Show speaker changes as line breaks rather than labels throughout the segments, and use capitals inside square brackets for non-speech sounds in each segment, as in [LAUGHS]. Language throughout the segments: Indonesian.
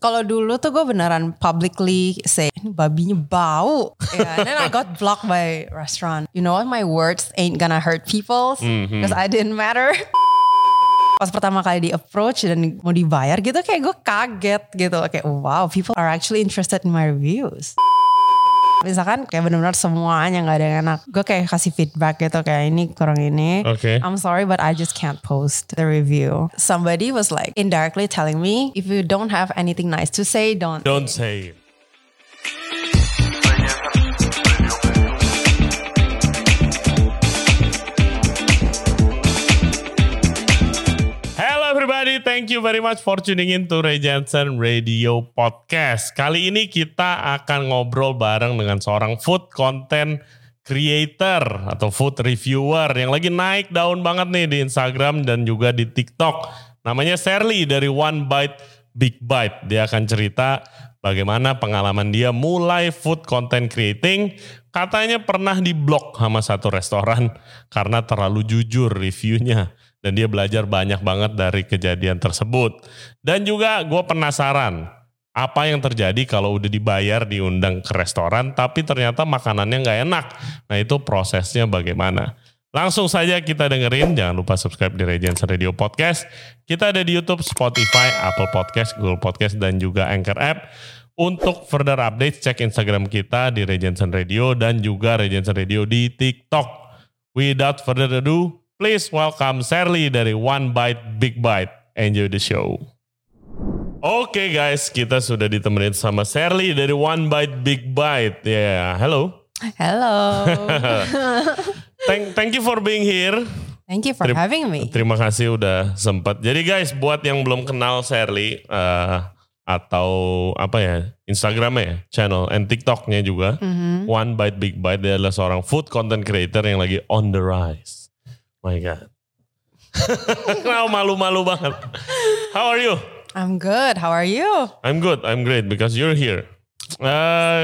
Kalau dulu tuh gue beneran publicly say ini babinya bau. Yeah, and then I got blocked by restaurant. You know what? My words ain't gonna hurt people because I didn't matter. [LAUGHS] Pas pertama kali di approach dan mau dibayar gitu kayak gue kaget gitu. Kayak wow, people are actually interested in my reviews. Misalkan kayak benar-benar semuanya nggak ada yang enak. Gue kayak kasih feedback gitu kayak ini kurang ini.
Okay.
I'm sorry but I just can't post the review. Somebody was like indirectly telling me if you don't have anything nice to say don't.
Don't say it. Hello everybody, thank you very much for tuning in to Ray Jensen Radio Podcast. Kali ini kita akan ngobrol bareng dengan seorang food content creator atau food reviewer yang lagi naik daun banget nih di Instagram dan juga di TikTok. Namanya Sherly dari One Bite Big Bite. Dia akan cerita bagaimana pengalaman dia mulai food content creating. Katanya pernah diblok sama satu restoran karena terlalu jujur reviewnya dan dia belajar banyak banget dari kejadian tersebut. Dan juga gue penasaran apa yang terjadi kalau udah dibayar diundang ke restoran tapi ternyata makanannya nggak enak. Nah itu prosesnya bagaimana? Langsung saja kita dengerin, jangan lupa subscribe di Regents Radio Podcast. Kita ada di YouTube, Spotify, Apple Podcast, Google Podcast, dan juga Anchor App. Untuk further update, cek Instagram kita di Regents Radio dan juga Regents Radio di TikTok. Without further ado, please welcome Sherly dari One Bite Big Bite. Enjoy the show. Oke guys, kita sudah ditemenin sama Sherly dari One Bite Big Bite. Ya, hello.
Hello.
Thank thank you for being here.
Thank you for
Terima-
having me.
Terima kasih udah sempat. Jadi guys, buat yang belum kenal Sherly eh, atau apa ya Instagramnya, ya, channel and TikToknya juga.
Mhm.
One Bite Big Bite dia adalah seorang food content creator yang lagi on the rise. My God. [LAUGHS] Kenapa malu-malu banget? How are you?
I'm good. How are you?
I'm good. I'm great because you're here. Eh,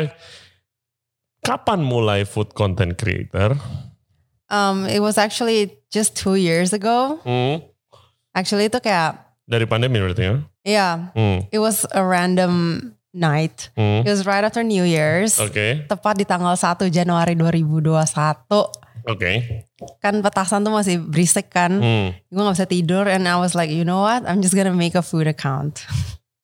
kapan mulai food content creator?
Um, it was actually just two years ago.
Hmm,
Actually itu kayak,
dari pandemi berarti ya?
yeah,
Hmm,
it was a random night.
hmm.
It was right after New Year's.
Oke,
Tepat di tanggal 1 Januari 2021.
oke.
Kan petasan tuh masih berisik kan.
Hmm,
Gue gak bisa tidur and I was like, you know what? I'm just gonna make a food account.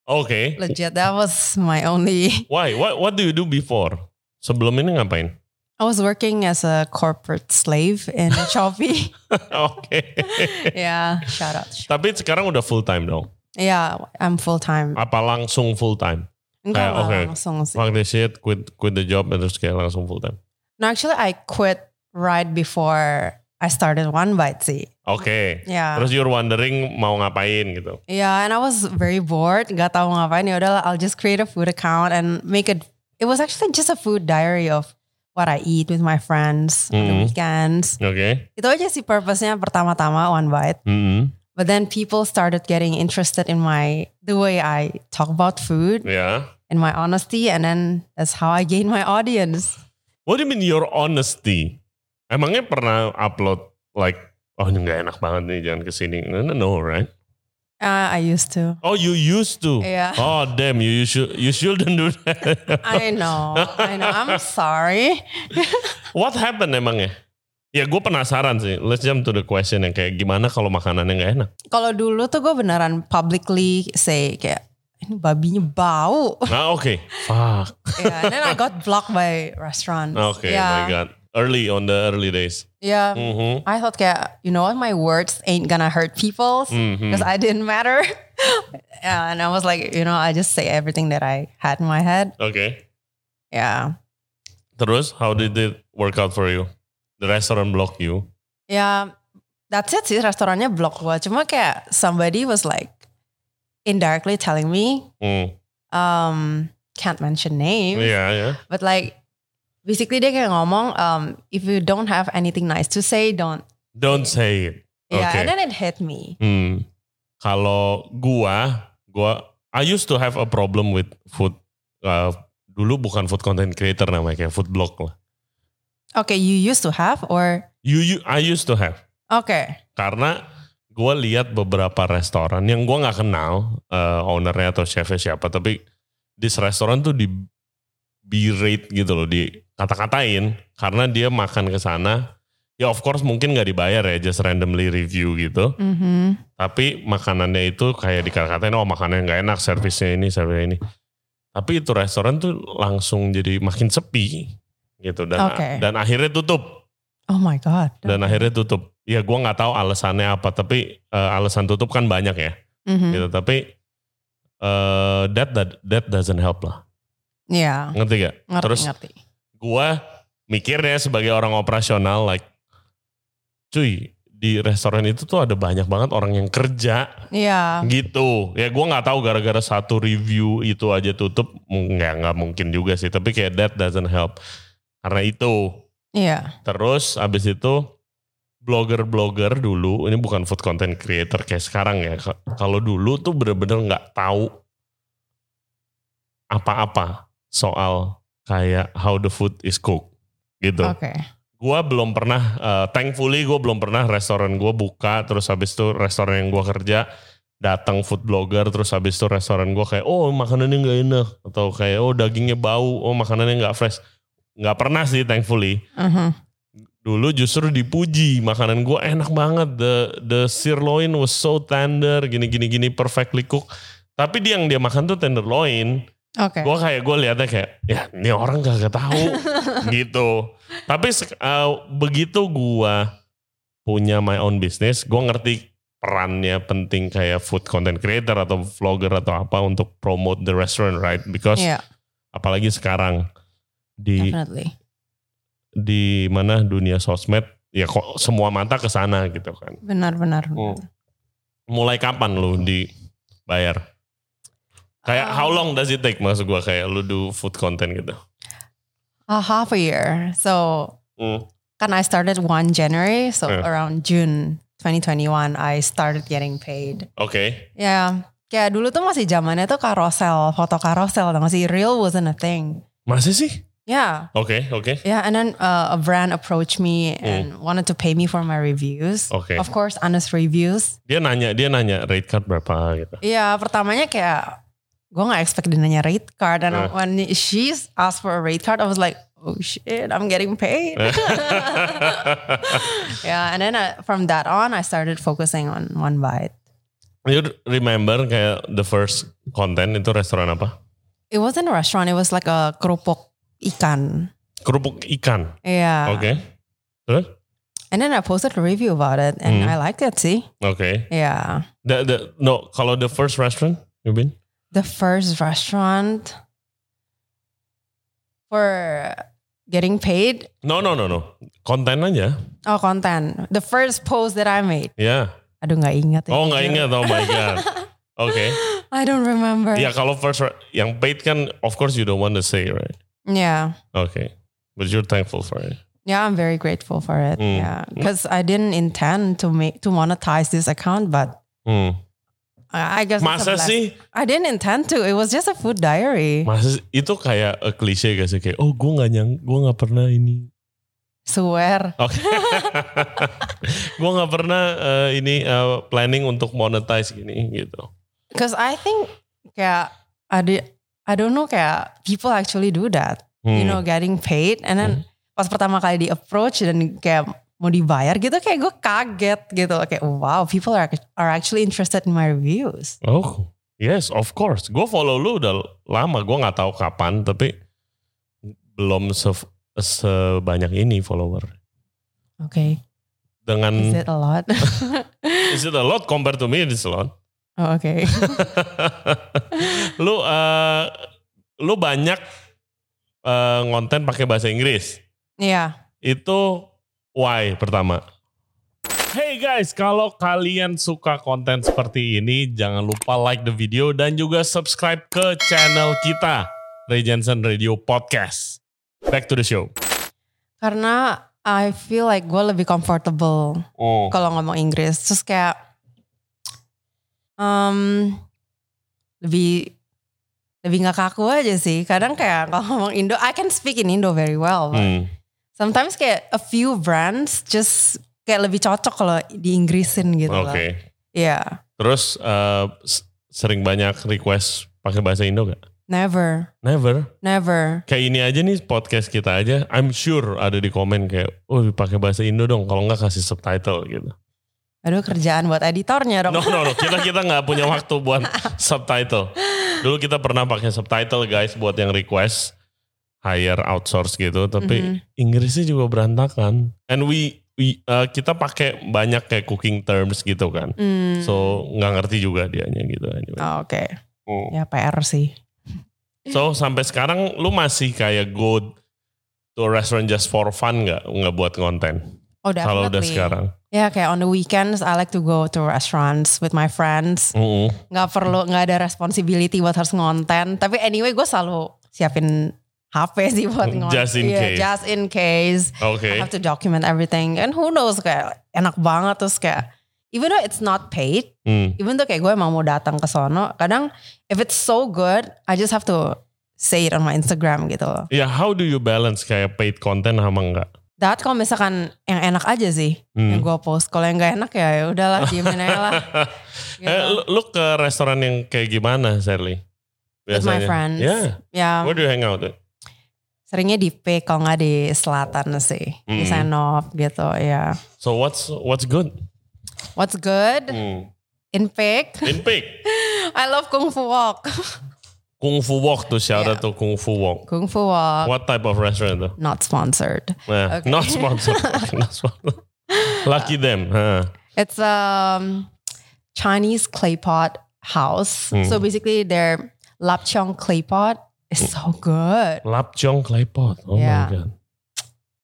Oke.
Legit, that was my only...
Why? What What do you do before? Sebelum ini ngapain? [LAUGHS]
I was working as a corporate slave in Shopee.
Oke.
yeah, shout out.
Tapi sekarang udah full time dong.
Yeah, I'm full time.
Apa langsung full time?
Enggak
Ah,
lah,
Uh, okay.
langsung sih.
Fuck this shit, quit quit the job and terus kayak langsung full time.
No, actually I quit right before I started One Bite sih.
Oke.
Yeah.
Terus you're wondering mau ngapain gitu.
Yeah, and I was very bored. Gak tahu ngapain. Ya udahlah, I'll just create a food account and make it. It was actually just a food diary of what I eat with my friends on the
Mhm.
weekends.
Oke. Mm-hmm.
Itu aja sih purpose-nya pertama-tama One Bite.
Mm-mm.
But then people started getting interested in my the way I talk about food
Yeah.
and my honesty, and then that's how I gained my audience.
What do you mean your honesty? Emangnya pernah upload like oh ini nggak enak banget nih jangan kesini. No, no, no right?
Uh, I used to.
Oh you used to.
Yeah.
Oh damn you, you should you shouldn't do
[LAUGHS]
that.
I know. I know.
[LAUGHS]
I'm sorry.
What happened emangnya? Ya gue penasaran sih. Let's jump to the question yang kayak gimana kalau makanannya nggak enak.
Kalau dulu tuh gue beneran publicly say kayak ini babinya
[LAUGHS]
bau.
Nah oke. Fuck.
yeah, and then I got blocked by restaurants.
Oke my
yeah,
god. Early on the early days.
yeah.
Mhm.
I thought, kayak, you know what, my words ain't gonna hurt people because
Mhm.
I didn't matter. [LAUGHS] yeah, and I was like, you know, I just say everything that I had in my head.
Oke.
Yeah,
Terus, how did it work out for you? The restaurant block you.
yeah. That's it sih restorannya block gua. Cuma kayak somebody was like indirectly telling me,
Hmm.
um, can't mention names.
Iya, ya.
But like basically dia kayak ngomong um, if you don't have anything nice to say don't.
Don't say it.
Yeah, and
Okay.
then it hit me.
Hmm. Kalau gua, gua I used to have a problem with food uh, dulu bukan food content creator namanya kayak food blog lah.
Okay, you used to have or
You, you I used to have
okay.
karena gue lihat beberapa restoran yang gue nggak kenal eh, ownernya atau chefnya siapa tapi di restoran tuh di berate gitu loh di kata-katain karena dia makan ke sana ya of course mungkin nggak dibayar ya just randomly review gitu
Mhm.
tapi makanannya itu kayak dikata-katain oh makanannya nggak enak servisnya ini servisnya ini tapi itu restoran tuh langsung jadi makin sepi gitu dan
Oke.
dan akhirnya tutup
Oh my god.
dan akhirnya tutup. Ya gue nggak tahu alasannya apa, tapi eh, alasan tutup kan banyak ya.
Mhm.
Gitu. Tapi eh that, that that doesn't help lah.
Iya,
Ngerti gak?
ngerti
Terus
ngerti.
gue mikirnya ya sebagai orang operasional like, cuy di restoran itu tuh ada banyak banget orang yang kerja
Iya.
gitu. Ya gue nggak tahu gara-gara satu review itu aja tutup, mung- nggak nggak mungkin juga sih. Tapi kayak that doesn't help. Karena itu
Iya.
Terus abis itu blogger-blogger dulu, ini bukan food content creator kayak sekarang ya. Ka- Kalau dulu tuh bener-bener nggak tahu apa-apa soal kayak how the food is cooked gitu.
Oke.
Gua belum pernah, eh, thankfully gue belum pernah restoran gue buka, terus habis itu restoran yang gue kerja datang food blogger, terus habis itu restoran gue kayak oh makanannya nggak enak atau kayak oh dagingnya bau, oh makanannya nggak fresh, nggak pernah sih thankfully
Mhm.
dulu justru dipuji makanan gue enak banget the the sirloin was so tender gini gini gini perfectly cooked tapi dia yang dia makan tuh tenderloin
Oke.
gue kayak gue liatnya kayak ya ini orang gak,
[LAUGHS]
tahu gitu tapi sek- eh, begitu gue punya my own business gue ngerti perannya penting kayak food content creator atau vlogger atau apa untuk promote the restaurant right because
Iya,
apalagi sekarang di
definitely.
di mana dunia sosmed ya kok semua mata ke sana gitu kan.
Benar benar.
Hmm. Mulai kapan lu dibayar? Kayak
Um,
how long does it take maksud gua kayak lu do food content gitu.
A half a year. So
Hmm.
kan I started 1 January, so
Yeah.
around June 2021 I started getting paid.
Oke.
Ya, kayak dulu tuh masih zamannya tuh karosel, foto karosel, tau gak sih? Real wasn't a thing.
Masih sih?
Yeah.
Oke, oke.
Yeah, and then uh, a brand approached me and wanted to pay me for my reviews.
Oke.
Of course, honest reviews.
Dia nanya, dia nanya rate card berapa gitu.
Iya, pertamanya kayak gue nggak expect dia nanya rate card. And
Eh.
when she asked for a rate card, I was like, oh shit, I'm getting paid.
[LAUGHS]
yeah, and then I, from that on, I started focusing on one bite.
You remember kayak the first content itu restoran apa?
It wasn't a restaurant. It was like a kerupuk ikan.
Kerupuk ikan.
Yeah.
Oke. Terus?
And then I posted a review about it, and
Hmm.
I liked it. See,
Oke.
yeah.
The, the, no, kalau the first restaurant you been?
the first restaurant for getting paid
No, no, no, no. Konten aja.
oh content the first post that I made
Ya.
aduh nggak ingat ya.
Oh nggak ingat, oh my
[LAUGHS]
god. Oke,
[GASPS] I don't remember
ya kalau first ra- yang paid kan, of course you don't want to say right.
yeah
Oke, but you're thankful for it.
Yeah, I'm very grateful for it
Hmm.
yeah because I didn't intend to make to monetize this account but
Hmm.
I I guess it's a
Masa
blessing.
sih,
I didn't intend to it was just a food diary
masa sih- itu kayak a klise gak sih kayak, oh gue nggak nyang, gue nggak pernah ini.
swear
Oke,
[LAUGHS]
[LAUGHS] gue nggak pernah eh, ini eh, planning untuk monetize gini gitu.
because I think kayak ada I don't know kayak people actually do that you
Hmm.
know getting paid and then pas pertama kali di approach dan kayak mau dibayar gitu kayak gue kaget gitu kayak wow people are, are actually interested in my reviews
Oh, yes, of course. Gue follow lu udah lama. Gue nggak tahu kapan, tapi belum se- sebanyak ini follower.
okay
Dengan
is it a lot [LAUGHS]
is it a lot compared to me? It's a lot. [LAUGHS]
oh, okay [LAUGHS]
lu eh, lu banyak eh, ngonten pakai bahasa Inggris.
yeah
Itu why pertama. Hey guys, kalau kalian suka konten seperti ini, jangan lupa like the video dan juga subscribe ke channel kita, Ray Jensen Radio Podcast. Back to the show.
karena I feel like gue lebih comfortable
Oh.
kalau ngomong Inggris terus kayak um, lebih lebih nggak kaku aja sih kadang kayak kalau ngomong Indo I can speak in Indo very well but
Hmm.
sometimes kayak a few brands just kayak lebih cocok kalau di Inggrisin gitu
Oke.
loh. Iya,
Terus eh, s- sering banyak request pakai bahasa Indo gak?
never,
Never.
never.
Kayak ini aja nih podcast kita aja. I'm sure ada di komen kayak, oh pakai bahasa Indo dong. Kalau nggak kasih subtitle gitu.
Aduh kerjaan buat editornya dong.
No no no. Kita kita nggak punya waktu buat subtitle. Dulu kita pernah pakai subtitle guys buat yang request hire outsource gitu. Tapi
Mhm.
Inggrisnya juga berantakan. And we, we eh, kita pakai banyak kayak cooking terms gitu kan.
Hmm.
So nggak ngerti juga dianya gitu. Anyway.
Oh, Oke,
Hmm.
ya PR sih.
So sampai sekarang lu masih kayak go to a restaurant just for fun nggak nggak buat konten?
Oh
Kalau
definitely.
udah sekarang,
Ya kayak on the weekends I like to go to restaurants with my friends.
Mm-mm.
Nggak perlu nggak ada responsibility buat harus ngonten. Tapi anyway gue selalu siapin HP sih buat ngonten.
Mm, Just in
Iya,
case.
Just in case.
oke.
I have to document everything. And who knows kayak enak banget terus kayak even though it's not paid,
Hmm.
even though kayak gue emang mau datang ke sono, kadang if it's so good, I just have to say it on my Instagram gitu loh.
Ya, how do you balance kayak paid content sama enggak?
That kalau misalkan yang enak aja sih
Hmm.
yang gue post. Kalau yang gak enak ya ya udahlah diemin aja lah. Gitu.
[LAUGHS] Eh, lu, lu ke restoran yang kayak gimana, Shirley?
With my friends.
Yeah.
ya
Where do you hang out? at?
seringnya di P kalau nggak di selatan sih. Di
Hmm.
Senop gitu ya.
So what's what's good?
What's good
Hmm.
in Peak?
In Peak.
[LAUGHS] I love Kung Fu Walk. [LAUGHS]
Kung Fu Walk tuh shout
Yeah.
out to Kung Fu Walk.
Kung Fu Walk.
What type of restaurant tuh?
Not sponsored.
Nah,
Okay.
Not
[LAUGHS]
sponsored. Not sponsored. Lucky them. huh.
It's a Chinese clay pot house.
Hmm.
So basically, their lapchong clay pot is so good.
Lapjong clay pot. Oh
Yeah.
my god.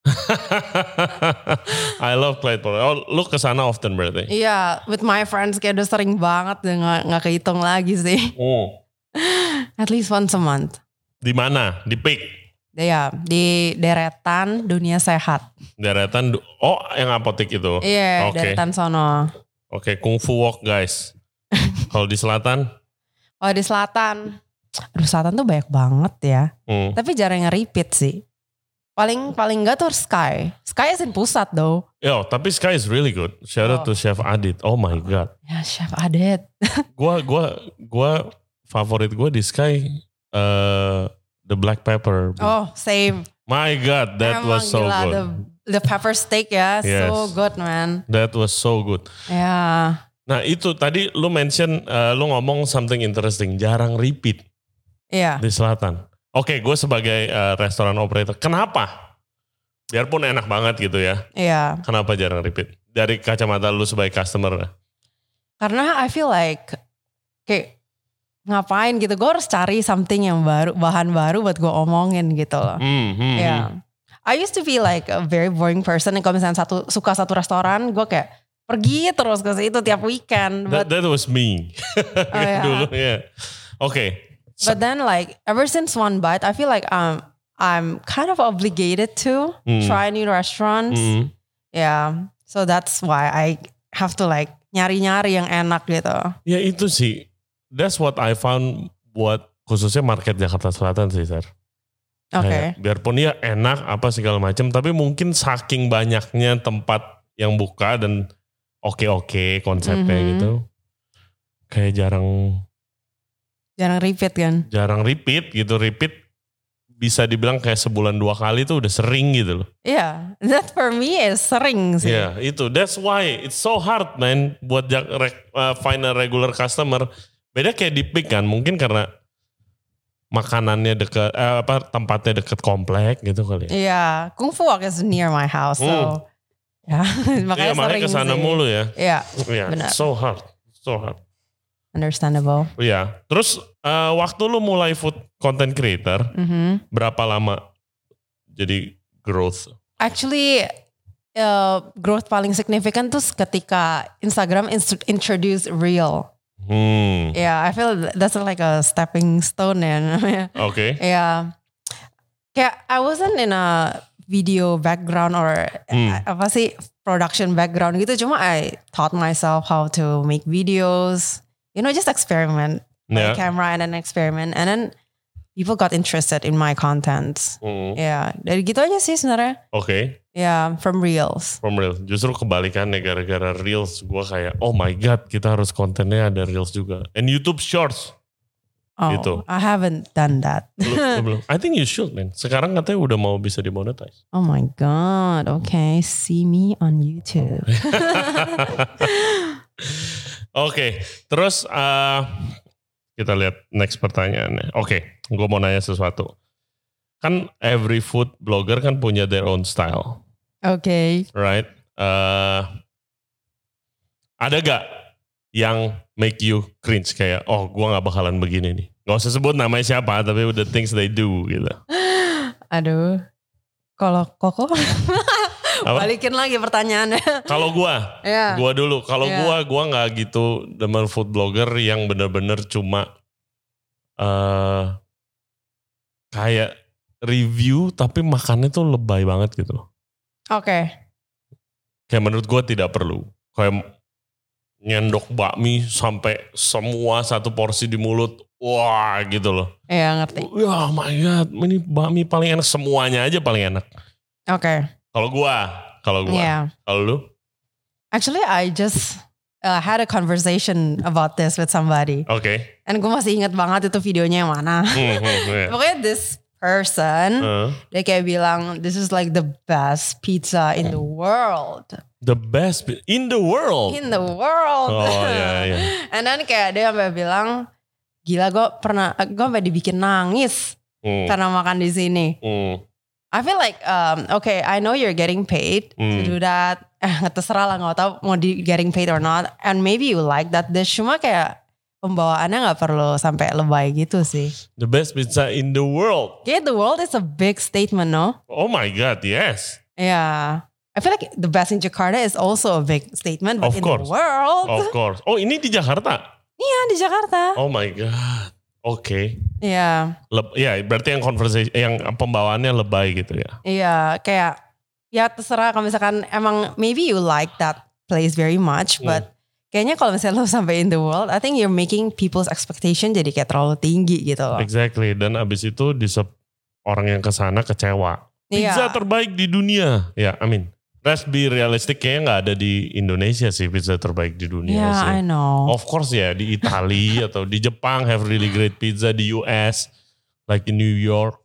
[LAUGHS] I love clay pot. Oh, lu ke sana often berarti.
Iya, with my friends kayak udah sering banget udah nggak nggak kehitung lagi sih. [LAUGHS]
Oh,
At least once a month.
di mana? Di Peak.
Ya, di deretan dunia sehat.
Deretan Du- Oh, yang apotek itu. Oke.
Iya,
Oke.
deretan sono.
Kung Fu
[LAUGHS]
Walk, guys. Kalau di selatan,
Oh di selatan. Aduh selatan tuh banyak banget ya.
hmm.
Tapi jarang yang repeat sih. Paling paling enggak tuh Sky. Sky is in pusat though.
Yo, tapi Sky is really good. Shout out
Oh.
to Chef Adit. Oh my god.
Ya Chef Adet.
Gua gua gua favorit gua di Sky eh the black pepper.
Oh same.
My god, that
Emang
was so
gila,
good.
The, the pepper steak ya, so
Yes.
good man.
That was so good.
Ya,
Nah itu tadi lu mention, eh, lu ngomong something interesting, jarang repeat
iya.
di selatan. Oke, gue sebagai eh, restoran operator, kenapa? Biarpun enak banget gitu ya,
Iya,
kenapa jarang repeat? Dari kacamata lu sebagai customer.
karena I feel like kayak ngapain gitu, gue harus cari something yang baru, bahan baru buat gue omongin gitu loh.
Hmm, hmm,
Iya. I used to be like a very boring person. Kalau misalnya satu suka satu restoran, gue kayak pergi terus ke situ tiap weekend.
hmm.
But,
That, that was me
oh ya.
[LAUGHS] dulu ya. Oke,
but then like ever since one bite, I feel like um I'm kind of obligated to
Hmm.
try new restaurants.
hmm.
Yeah. So that's why I have to like nyari-nyari yang enak gitu.
ya itu sih. That's what I found buat khususnya market Jakarta Selatan sih, Sir.
Oke.
Kayak, biarpun ya enak apa segala macam, tapi mungkin saking banyaknya tempat yang buka dan oke-oke konsepnya
Mhm.
gitu, kayak jarang
Jarang repeat kan.
jarang repeat gitu repeat bisa dibilang kayak sebulan dua kali tuh udah sering gitu loh.
Yeah. [LAUGHS] That for me is sering sih.
Iya itu that's why it's so hard man buat jak- rek- uh, find a regular customer. Beda kayak di pick kan mungkin karena makanannya dekat eh, apa tempatnya dekat komplek gitu kali.
Iya,
ya.
Yeah. Kung Fu Walk is near my house. So yeah.
Mm.
[LAUGHS]
Iya
makanya sering
makanya kesana
sih.
mulu ya.
Yeah.
Iya,
Benar.
so hard, so hard.
Understandable.
Iya. Terus eh, waktu lu mulai food content creator
Mhm.
berapa lama jadi growth?
Actually eh, growth paling signifikan tuh ketika Instagram inst- introduce Reel.
Hmm.
Yeah, I feel that's like a stepping stone ya. [LAUGHS]
Oke.
Yeah. Kayak I wasn't in a video background or
Hmm.
a- apa sih production background gitu. Cuma I taught myself how to make videos. You know, just experiment.
Ya.
Buy a camera and then experiment. And then people got interested in my content. Ya,
Hmm,
Yeah. Dari gitu aja sih sebenarnya.
Oke.
Yeah, from reels.
From Reels. Justru kebalikannya gara-gara Reels gue kayak oh my god kita harus kontennya ada Reels juga. And YouTube Shorts.
Oh,
Gitu.
I haven't done that.
Lu-
[LAUGHS]
lu belum. I think you should man. Sekarang katanya udah mau bisa dimonetize.
Oh my god. Okay, see me on YouTube.
Oh. Oke, terus eh, kita lihat next pertanyaannya. Oke, gue mau nanya sesuatu. Kan every food blogger kan punya their own style.
[LAUGHS] Okay.
right? Eh, ada gak yang make you cringe kayak oh gua nggak bakalan begini nih. Gak usah sebut namanya siapa tapi the things they do gitu.
Aduh. Kalau koko
[LAUGHS] Apa?
balikin lagi pertanyaannya. [LAUGHS]
Kalau gua,
ya.
gua dulu. Kalau
Iya.
gua, gua nggak gitu demen food blogger yang bener-bener cuma eh kayak review tapi makannya tuh lebay banget gitu loh.
Oke.
kayak menurut gue tidak perlu kayak nyendok bakmi sampai semua satu porsi di mulut wah gitu loh
Iya, ngerti. Oke.
ya oh my god ini bakmi paling enak semuanya aja paling enak kalau gua kalau gua
Yeah.
kalau lu
Ya. Actually, I just uh, had a conversation about this with somebody.
oke
And gue masih inget banget itu videonya yang mana.
Hmm, hmm, Oh. iya.
[LAUGHS] Pokoknya this person,
Eh,
dia kayak bilang, this is like the best pizza in the
Oh.
world.
the best pi- in the world
In the world.
oh ya ya
[LAUGHS] And then kayak dia sampai bilang, gila gue pernah, gue sampai dibikin nangis
Hmm,
karena makan di sini.
hmm,
I feel like, um, okay, I know you're getting paid to
Hmm.
do that. [LAUGHS] Eh, terserah lah, nggak tahu mau di getting paid or not. And maybe you like that dish. Cuma kayak pembawaannya nggak perlu sampai lebay gitu sih.
the best pizza in the world
Kayak the world is a big statement, no?
oh my god yes
Yeah. I feel like the best in Jakarta is also a big statement, but in
Of course.
the world,
of course oh ini di Jakarta
[LAUGHS] iya di Jakarta,
oh my god oke
iya,
Leb- ya berarti yang conversation yang pembawaannya lebay gitu ya.
iya kayak ya terserah kalau misalkan emang maybe you like that place very much,
Hmm.
but kayaknya kalau misalnya lo sampai in the world, I think you're making people's expectation jadi kayak terlalu tinggi gitu loh.
Exactly. Dan abis itu disep orang yang kesana kecewa.
Iya,
Pizza terbaik di dunia. Ya, amin. Let's be realistic kayaknya nggak ada di Indonesia sih pizza terbaik di dunia
yeah,
ya sih.
Iya, I know.
Of course ya di Italia atau di Jepang have really great pizza di US like in New York.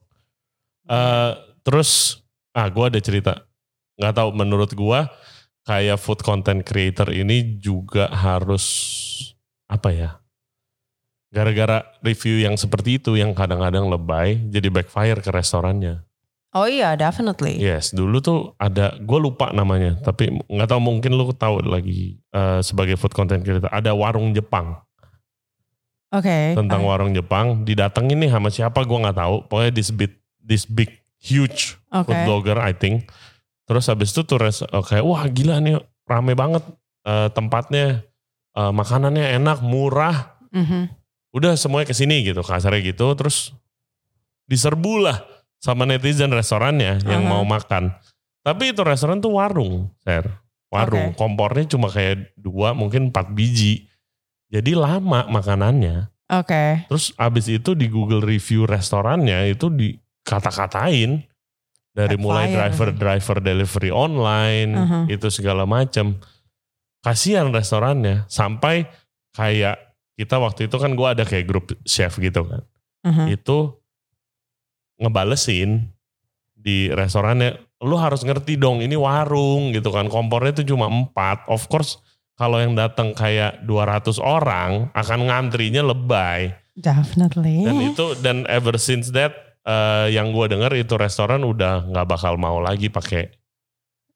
Eh, terus ah gua ada cerita nggak tahu menurut gua kayak food content creator ini juga harus apa ya gara-gara review yang seperti itu yang kadang-kadang lebay jadi backfire ke restorannya.
Oh iya, definitely.
Yes, dulu tuh ada, gue lupa namanya, tapi nggak tahu mungkin lu tahu lagi eh, sebagai food content creator ada warung Jepang
Oke. Oke.
tentang warung Jepang didatengin nih sama siapa gue nggak tahu, pokoknya this big, this big huge food blogger I think. Terus habis itu tuh res, oh, kayak wah gila nih rame banget eh, tempatnya, eh, makanannya enak, murah,
Mhm.
udah semuanya kesini gitu kasarnya gitu, terus diserbulah sama netizen restorannya yang
Aha.
mau makan. Tapi itu restoran tuh warung, Ser.
Oke.
Warung, kompornya cuma kayak dua mungkin empat biji. Jadi lama makanannya.
Oke.
Terus abis itu di Google review restorannya itu dikata-katain dari mulai
Backfire.
driver-driver delivery online
Aha.
itu segala macam. Kasihan restorannya sampai kayak kita waktu itu kan gua ada kayak grup chef gitu kan
Mhm.
itu ngebalesin di restorannya lu harus ngerti dong ini warung gitu kan kompornya itu cuma empat of course kalau yang datang kayak 200 orang akan ngantrinya lebay
Definitely.
dan itu dan ever since that eh, yang gua denger itu restoran udah nggak bakal mau lagi pakai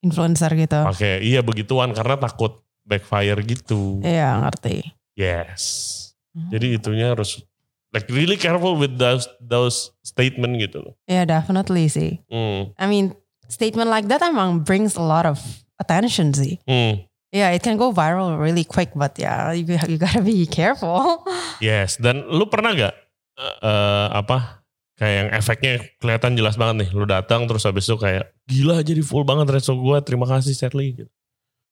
influencer gitu.
pakai iya begituan karena takut backfire gitu
Iya ngerti. Mm-hmm.
yes jadi itunya harus like really careful with those those statement gitu loh
Iya definitely sih.
Hmm.
I mean statement like that emang brings a lot of attention sih.
Hmm,
Yeah it can go viral really quick but yeah you, you gotta be careful. [LAUGHS]
yes. Dan lu pernah gak eh, eh, apa kayak yang efeknya kelihatan jelas banget nih. Lu datang terus habis itu kayak gila jadi full banget resto gua. Terima kasih Stanley. Gitu.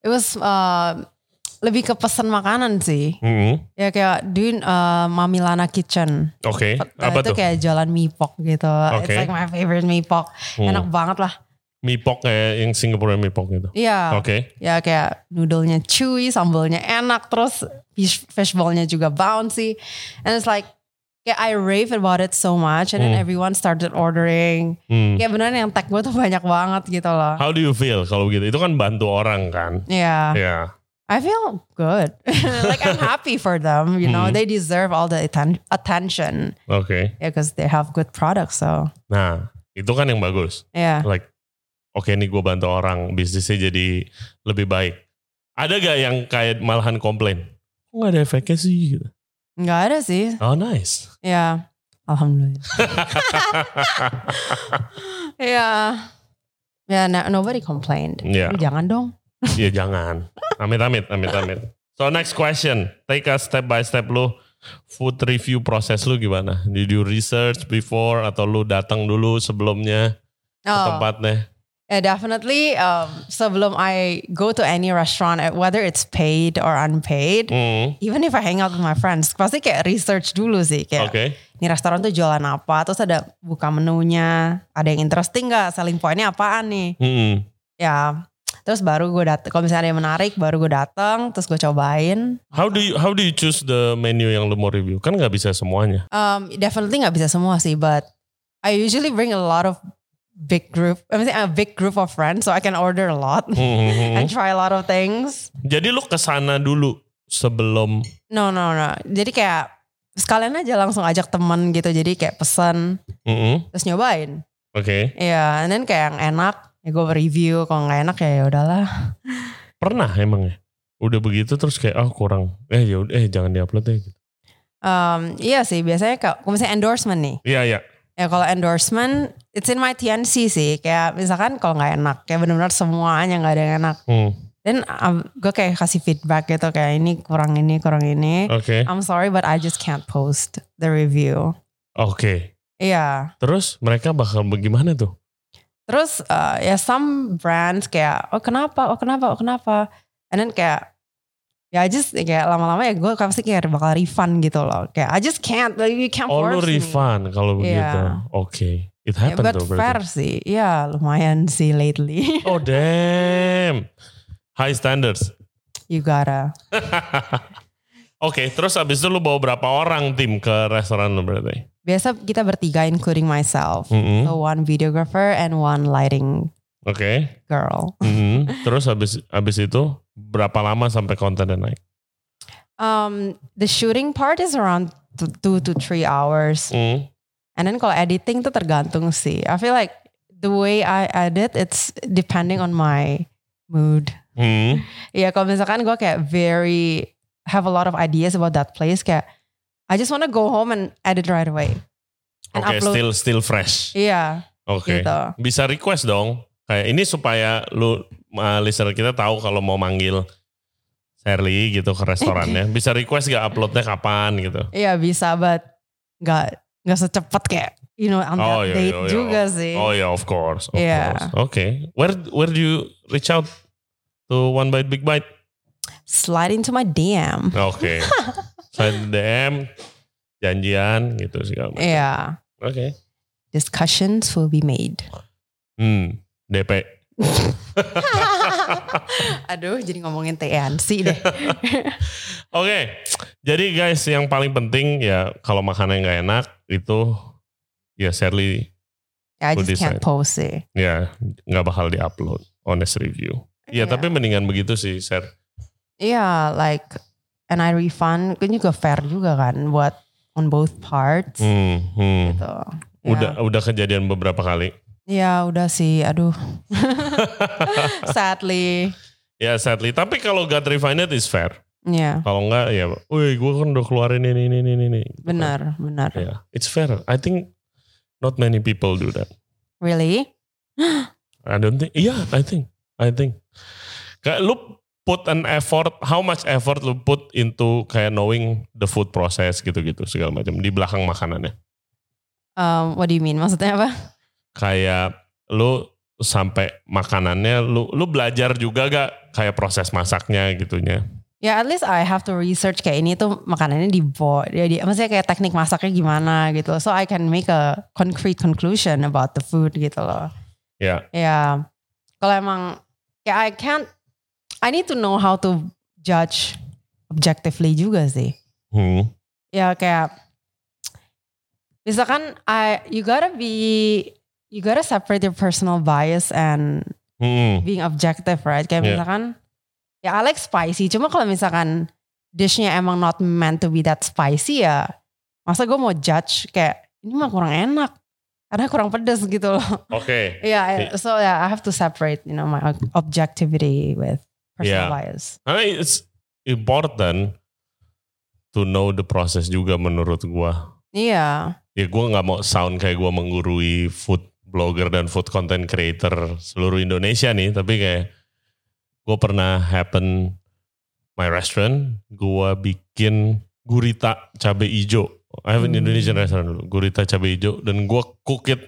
It was uh, lebih ke pesan makanan sih.
Hmm,
Ya kayak do you- uh, Mami Lana Kitchen.
Oke.
Nah,
Apa
itu
tuh?
kayak jalan mie pok gitu. It's
Oke.
like my favorite mie pok.
Hmm,
Enak banget lah.
Mie Pok kayak yang Singapura Mie Pok gitu.
Iya.
Oke.
Ya kayak noodle-nya chewy, sambalnya enak, terus fish, fishball-nya juga bouncy. And it's like, kayak I rave about it so much and then
Hmm.
everyone started ordering.
Hmm.
Kayak beneran yang tag gue tuh banyak banget gitu loh.
How do you feel kalau begitu? Itu kan bantu orang kan.
Yeah.
Ya.
I feel good. [LAUGHS] like I'm happy for them, you know.
Hmm.
They deserve all the atten- attention.
Oke.
Yeah, because they have good products. So,
Nah, itu kan yang bagus.
yeah.
Like oke nih gue bantu orang bisnisnya jadi lebih baik. Ada gak yang kayak malahan komplain? Kok gak ada efeknya sih? gitu?
Nggak ada sih.
Oh nice.
Yeah. Alhamdulillah. yeah. Yeah, no, nobody complained.
Yeah.
Lu Jangan dong.
Ya jangan. Amit amit amit amit. So next question, take a step by step lu food review proses lu gimana? Did you research before atau lu datang dulu sebelumnya ke
Oh,
tempatnya?
yeah, definitely. Um, sebelum I go to any restaurant, eh, whether it's paid or unpaid,
Hmm.
even if I hang out with my friends, pasti kayak research dulu sih. Kayak,
Oke.
ini restoran tuh jualan apa terus ada buka menunya ada yang interesting nggak selling pointnya apaan nih
Hmm.
ya terus baru gue datang kalau misalnya ada yang menarik baru gue datang terus gue cobain
How do you how do you choose the menu yang lu mau review? Kan nggak bisa semuanya.
um, definitely nggak bisa semua sih but I usually bring a lot of big group I mean a big group of friends so I can order a lot
Hmm, hmm,
[LAUGHS]
hmm.
and try a lot of things
Jadi lu kesana dulu sebelum.
no no no jadi kayak sekalian aja langsung ajak temen gitu jadi kayak pesan
Hmm, hmm.
terus nyobain
Oke.
ya and then kayak yang enak ya gue review kalau nggak enak ya udahlah
Pernah emang ya. Udah begitu terus kayak ah kurang. Eh ya eh jangan diupload deh. gitu.
Um, iya sih biasanya kalau kalau misalnya endorsement nih
Iya ya.
ya kalau endorsement it's in my TNC sih kayak misalkan kalau nggak enak kayak benar-benar semuanya nggak ada yang enak
Hmm.
dan um, gue kayak kasih feedback gitu kayak ini kurang ini kurang ini
Oke.
I'm sorry but I just can't post the review
Oke.
iya
Terus mereka bakal bagaimana tuh?
terus uh, ya some brands kayak oh kenapa oh kenapa oh kenapa and then kayak ya I just kayak lama-lama ya gue pasti kayak bakal refund gitu loh kayak I just can't like, you can't
Oh lu
force me.
refund kalau begitu.
Iya.
Oke. It
Ya,
happened
but
tuh
fair
berarti.
sih. Ya lumayan sih lately. [LAUGHS]
Oh damn. High standards. [LAUGHS]
you gotta.
Oke, terus abis itu lu bawa berapa orang tim ke restoran lu berarti?
Biasa kita bertiga including myself.
Mm-mm.
So one videographer and one lighting
Oke.
girl.
Mm-mm. Terus abis abis itu berapa lama sampai kontennya naik?
Um, the shooting part is around t- two to three hours.
Mm.
And then kalau editing tuh tergantung sih. I feel like the way I edit it's depending on my mood.
Mm.
Iya kalau misalkan gue kayak very have a lot of ideas about that place kayak I just wanna go home and edit right away.
Oke,
And upload.
still still fresh.
Iya.
Oke.
gitu.
Bisa request dong. Kayak ini supaya lu uh, listener kita tahu kalau mau manggil Shirley gitu ke restorannya. Bisa request gak uploadnya kapan gitu.
Iya bisa, but nggak nggak secepat kayak you know on
Oh,
that
iya,
date
iya, iya.
juga sih.
Oh ya, of course.
Eh.
Of
Yeah.
course. Oke. Where where do you reach out to One Bite Big Bite?
Slide into my DM.
Oke. Saya DM janjian gitu segala macam.
Iya,
Oke.
discussions will be made.
[LAUGHS]
[LAUGHS]
Hmm, [LAUGHS] DP.
Aduh, jadi ngomongin TNC deh.
[LAUGHS] Oke, jadi guys yang paling penting ya kalau makanannya nggak enak itu ya Shirley
I
Who
just can't
decide?
post sih.
ya nggak bakal diupload honest review. Ya
Iya.
tapi mendingan begitu sih Sher.
Iya, like and I refund kan juga fair juga kan buat on both parts
Hmm, hmm.
gitu. Ya.
Udah udah kejadian beberapa kali.
[LAUGHS] Iya, udah sih. Aduh. [LAUGHS] Sadly.
Ya sadly. Tapi kalau gak refunded is fair.
Iya,
Kalau nggak ya, wih gue kan udah keluarin ini ini ini ini, ini. Gitu kan.
benar, benar.
Ya, it's fair. I think not many people do that.
Really?
I don't think. Yeah, I think. I think. Kayak lu put an effort, how much effort lu put into kayak knowing the food process gitu-gitu segala macam di belakang makanannya.
Um, what do you mean? Maksudnya apa?
Kayak lu sampai makanannya lu lu belajar juga gak kayak proses masaknya gitunya.
Ya at least I have to research kayak ini tuh makanannya dibuat. Ya, di, maksudnya kayak teknik masaknya gimana gitu. So I can make a concrete conclusion about the food gitu loh.
Yeah.
Yeah. Kalau emang kayak I can't I need to know how to judge objectively juga sih.
Hmm.
Ya kayak misalkan I you gotta be you gotta separate your personal bias and
Hmm.
being objective, right? Kayak
Yeah.
misalkan, ya I like spicy. Cuma kalau misalkan dishnya emang not meant to be that spicy ya, masa gue mau judge kayak ini mah kurang enak karena kurang pedes gitu loh.
Oke.
yeah, I- so yeah, I have to separate, you know, my ob- objectivity with personal
Yeah.
bias.
I mean, it's important to know the process juga menurut gua.
Iya,
Ya gua nggak mau sound kayak gua menggurui food blogger dan food content creator seluruh Indonesia nih, tapi kayak gua pernah happen my restaurant, gua bikin gurita cabe ijo. I have an
Hmm.
Indonesian restaurant dulu, gurita cabe ijo dan gua cook it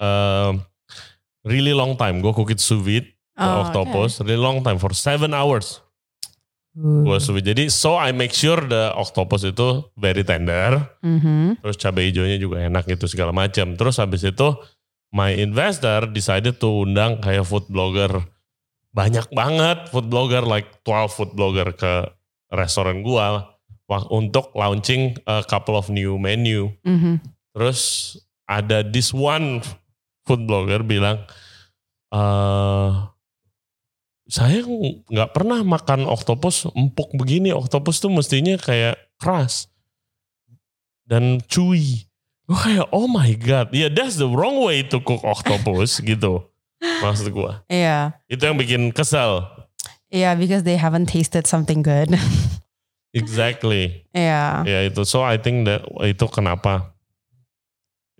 uh, really long time. Gua cook it sous vide, the
Oh,
octopus, really long time for seven hours.
okay.
Gua sous vide. Jadi so I make sure the octopus itu very tender,
Mhm.
terus cabai hijaunya juga enak gitu segala macam. Terus habis itu my investor decided to undang kayak food blogger banyak banget food blogger like 12 food blogger ke restoran gua wah, untuk launching a couple of new menu.
Mhm.
Terus ada this one food blogger bilang, eh saya nggak pernah makan oktopus empuk begini. Oktopus tuh mestinya kayak keras dan chewy. Gue kayak oh my god, ya that's the wrong way to cook octopus gitu. Maksud gua
Iya,
itu yang bikin kesel.
iya, because they haven't tasted something good. [LAUGHS]
Exactly,
Iya,
ya itu. So I think that itu kenapa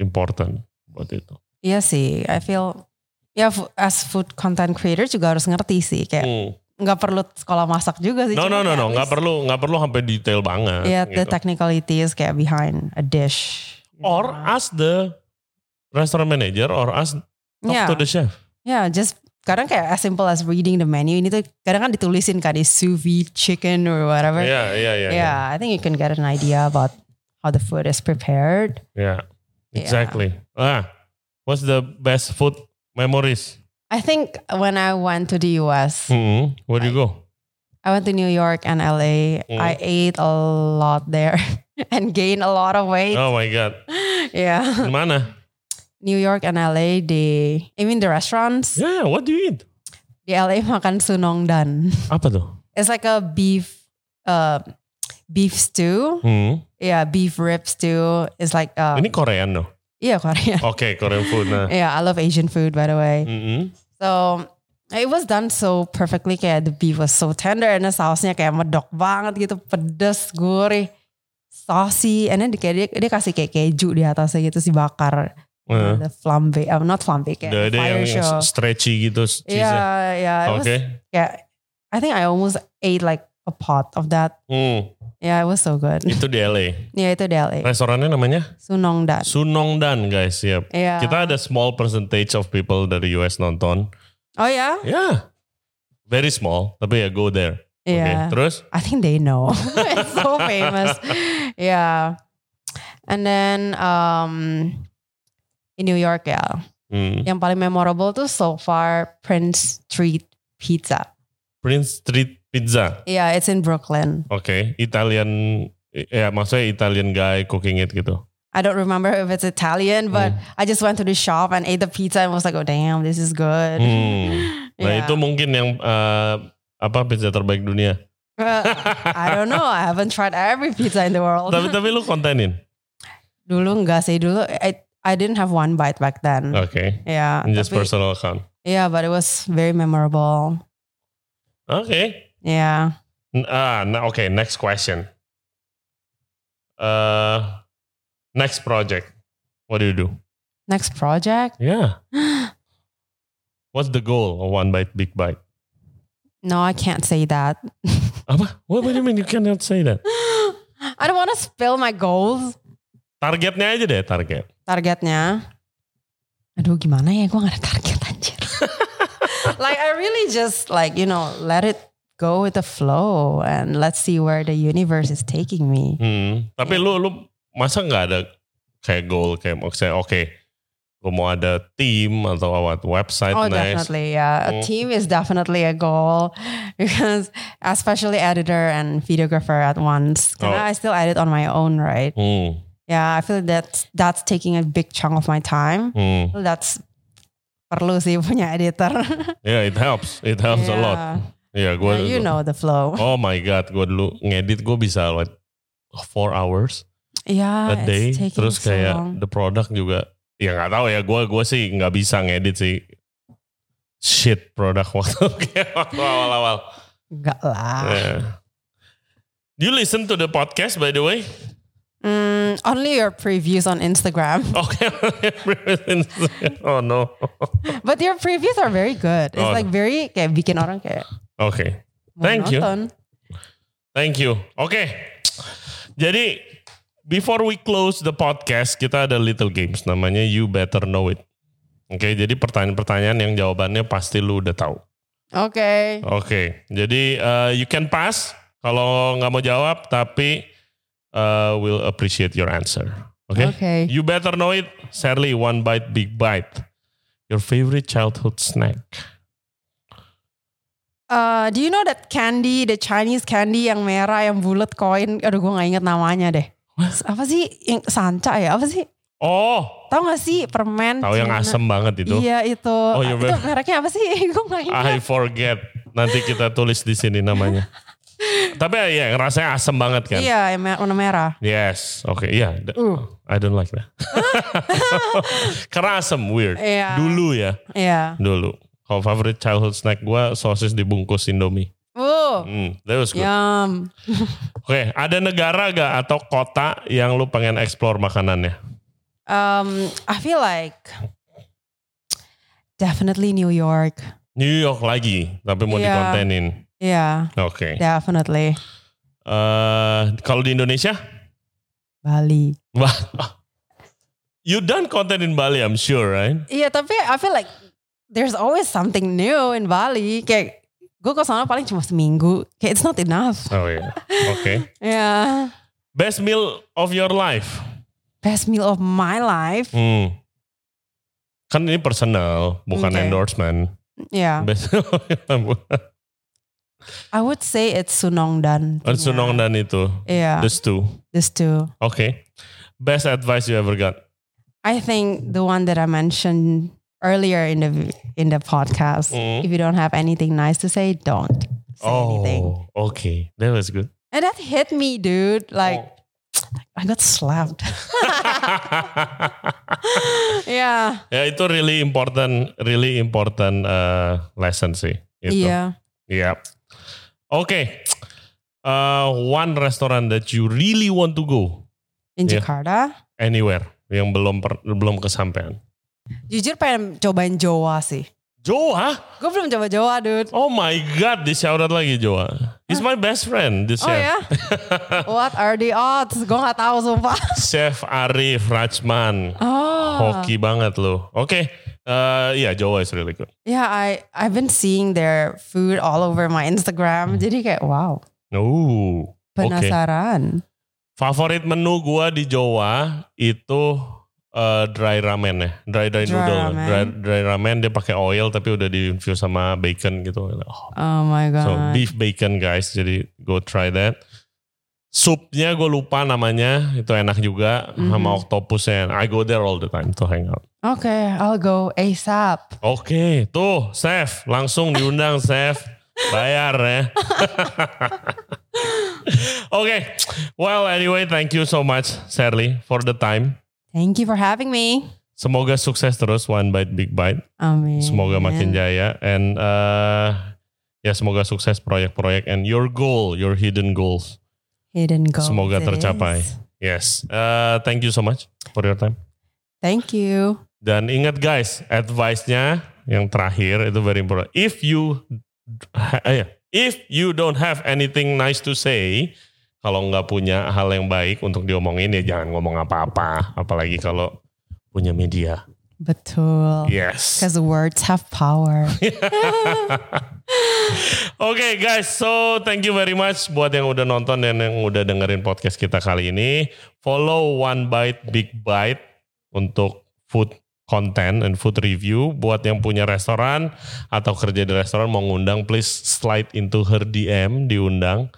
important buat itu.
iya sih. I feel ya fu- as food content creator juga harus ngerti sih kayak
Hmm.
nggak perlu sekolah masak juga sih.
No no
cuma
no
kayak
no nggak
at least
perlu nggak perlu sampai detail banget.
lihat the
gitu.
technicalities kayak behind a dish.
Or ask the restaurant manager or ask talk
yeah,
to the chef.
yeah, just kadang kayak as simple as reading the menu ini tuh kadang kan ditulisin kan di sous vide chicken or whatever.
Iya iya iya. iya.
Yeah, I think you can get an idea about how the food is prepared.
Yeah,
Yeah.
Iya, Exactly. Ah, what's the best food memories?
I think when I went to the US,
Hmm, where do you go?
I went to New York and LA.
Mm.
I ate a lot there [LAUGHS] and gained a lot of weight.
Oh my god,
[LAUGHS] Yeah.
di mana?
New York and LA, they, I mean the restaurants,
Yeah, what do you eat?
di LA makan sunongdan.
Apa tuh?
It's like a beef, uh, beef stew.
Hmm,
Yeah, beef rib stew. It's like, uh,
ini Korean loh.
yeah, [LAUGHS] Korean.
Oke, Oh, Korean food.
[LAUGHS]
Nah, Mm. Hmm,
Yeah, I love Asian food, by the way.
Mm-mm.
So it was done so perfectly kayak the beef was so tender and the sausnya kayak medok banget gitu pedes gurih saucy and then di- kayak dia, dia kasih kayak keju di atasnya gitu sih bakar
Eh,
the flambe oh, not flambe kayak
ada ada
fire
yang
show Iya,
stretchy gitu cheese-nya.
yeah yeah it
Oke.
was kayak I think I almost ate like a pot of that
Hmm,
yeah it was so good
itu di LA.
[LAUGHS] yeah itu di LA
Restorannya namanya?
Sunongdan
Sunongdan guys, siap.
yeah
Kita ada small percentage of people dari US nonton.
oh yeah
Ya, very small. Tapi ya go there. Oke,
yeah
Terus,
I think they know. [LAUGHS] it's so famous. Yeah. And then um in New York, yeah.
hmm,
Yang paling memorable tuh so far Prince Street Pizza.
Prince Street Pizza.
Yeah, it's in Brooklyn.
Oke, Italian. Ya maksudnya Italian guy cooking it gitu.
I don't remember if it's Italian, but I just went to the shop and ate the pizza and was like, oh damn, this is good. [LAUGHS]
Hmm. Nah
Yeah.
itu mungkin yang eh, apa pizza terbaik dunia.
Uh, I don't know. I haven't tried every pizza in the world.
[LAUGHS] tapi
[LAUGHS]
tapi lu kontenin.
dulu enggak sih dulu. I, I didn't have one bite back then.
Oke.
Yeah.
Just
tapi-
personal account.
Yeah, but it was very memorable.
Oke.
Yeah.
N- Ah, nah, oke. next question. Eh, next project. What do you do?
Next project? [GASPS]
Yeah. What's the goal of one bite, big bite?
No, I can't say that. [LAUGHS]
Apa? What, what do you mean you cannot say that?
I don't want to spill my goals.
Targetnya aja deh, target.
Targetnya. Aduh gimana ya, gue gak ada target anjir. [LAUGHS] like I really just like, you know, let it go with the flow and let's see where the universe is taking me.
Hmm. Tapi lu lu masa nggak ada kayak goal kayak maksudnya oke, Lu mau ada tim atau what website
Oh,
next?
definitely. Yeah. A
Mm.
team is definitely a goal [LAUGHS] because, especially editor and videographer at once. 'Cause
Oh.
I still edit on my own, right?
Hmm,
Yeah, I feel that's that's taking a big chunk of my time.
hmm.
That's perlu sih punya
[LAUGHS]
editor.
Yeah, it helps. It helps a lot. Yeah, gue.
Yeah, you know the flow.
Oh my god, gue dulu ngedit gue bisa like four hours
Yeah,
a
Ah,
day.
it's taking
Terus
so
kayak
long.
the product juga. Ya nggak tahu ya. Gue gue sih nggak bisa ngedit sih. Shit product [LAUGHS] waktu waktu awal-awal.
Enggak lah.
Yeah. Do you listen to the podcast by the way? [LAUGHS]
Mm, only your previews on Instagram, [LAUGHS]
Okay. oh no.
but your previews are very good. It's
Oh.
like very kayak bikin orang kayak
Okay.
mau
Thank you.
nonton.
Thank you. Oke. Jadi before we close the podcast, kita ada little games namanya You Better Know It. Oke, jadi pertanyaan-pertanyaan yang jawabannya pasti lu udah tahu.
Oke.
Oke, jadi uh, you can pass kalau nggak mau jawab, tapi uh, we'll appreciate your answer. Oke.
Oke.
You better know it. Sadly, one bite, big bite. Your favorite childhood snack.
Uh, do you know that candy, the Chinese candy yang merah yang bulat koin? Aduh, gue gak inget namanya deh. Apa sih? Yang sanca ya? Apa sih?
Oh,
Tahu gak sih permen?
tahu yang
Cina?
asem banget itu.
Iya itu.
Oh, iya,
itu
bener.
mereknya apa sih? [LAUGHS] gue gak inget.
I forget. Nanti kita tulis di sini
[LAUGHS]
namanya. Tapi ya rasanya asem banget kan.
Iya, yang mer- warna merah.
Yes. Oke, iya. D-
Uh,
I don't like
[LAUGHS]
that. [LAUGHS] Karena asem weird.
Iya.
Dulu ya,
iya.
dulu. Kalau favorite childhood snack gua sosis dibungkus Indomie.
Uh,
Hmm, that was good.
yum.
Oke, ada negara gak atau kota yang lu pengen explore makanannya?
Um, I feel like definitely New York.
New York lagi, tapi mau
Iya.
dikontenin.
Yeah,
Oke.
Iya, definitely
Eh, kalau di Indonesia? [LAUGHS]
Bali.
Wah. You done content in Bali, I'm sure, right?
Iya, tapi I feel like there's always something new in Bali. Kayak gue ke sana paling cuma seminggu. Kayak it's not enough.
Oh yeah. Okay.
Yeah.
Best meal of your life.
Best meal of my life.
Hmm. Kan ini personal, bukan
Okay.
endorsement.
Yeah.
Best [LAUGHS] Oh,
Iya. I would say it's Sunongdan. Iya.
Sunong dan itu.
Yeah.
These two.
These two.
Okay. Best advice you ever got.
I think the one that I mentioned earlier in the in the podcast.
Mm.
If you don't have anything nice to say, don't say anything.
Oh, okay. That was
[LAUGHS]
good.
And that hit me, dude. Like I got slapped. yeah.
ya itu really important, really important uh, lesson sih. Itu.
Yeah.
Yep. Okay. Uh, one restaurant that you really want to go
In
Yeah.
Jakarta.
anywhere yang belum per- belum kesampaian.
Jujur pengen cobain Jawa sih.
Joa?
Gue belum coba Jawa, dude.
Oh my god, di shout out lagi Joa. He's my best friend,
Oh
this chef.
ya? What are the odds? Gue gak tahu sumpah.
[LAUGHS] Chef Arif Rajman.
Oh.
Hoki banget loh. Oke. Eh, ya Jawa is really good.
Yeah, I I've been seeing their food all over my Instagram. Jadi kayak wow,
Oh. Oke.
penasaran.
Favorit menu gua di Jawa itu eh, dry ramen ya, dry dry,
Dry
noodle,
ramen.
Dry, dry ramen dia pakai oil tapi udah di infuse sama bacon gitu. Oh,
Oh my god.
so beef bacon guys, jadi go try that. Supnya gue lupa namanya, itu enak juga
Mhm.
sama octopusnya. I go there all the time to hang out.
Okay, I'll go ASAP.
Oke, tuh chef langsung diundang chef bayar ya. [LAUGHS] Oke, well anyway, thank you so much, Shirley, for the time.
Thank you for having me.
Semoga sukses terus One Bite Big Bite.
Amin.
Semoga makin jaya and uh, ya semoga sukses proyek-proyek and your goal, your hidden goals.
Hidden goals
Semoga
it
tercapai.
is.
Yes. Uh, thank you so much for your time.
Thank you.
Dan ingat guys, advice-nya yang terakhir itu very important. If you eh, if you don't have anything nice to say, kalau nggak punya hal yang baik untuk diomongin ya jangan ngomong apa-apa, apalagi kalau punya media.
Betul.
Yes.
Because words have power.
[LAUGHS] Oke guys, so thank you very much buat yang udah nonton dan yang udah dengerin podcast kita kali ini. Follow One Bite Big Bite untuk food content and food review buat yang punya restoran atau kerja di restoran mau ngundang please slide into her DM diundang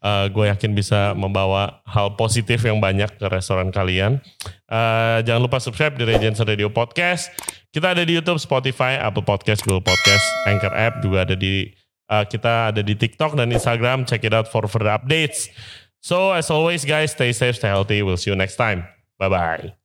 Eh, gue yakin bisa membawa hal positif yang banyak ke restoran kalian. Eh, jangan lupa subscribe di Regency Radio Podcast. Kita ada di YouTube, Spotify, Apple Podcast, Google Podcast, Anchor App juga ada di eh, kita ada di TikTok dan Instagram. Check it out for further updates. So as always guys, stay safe, stay healthy. We'll see you next time. Bye bye.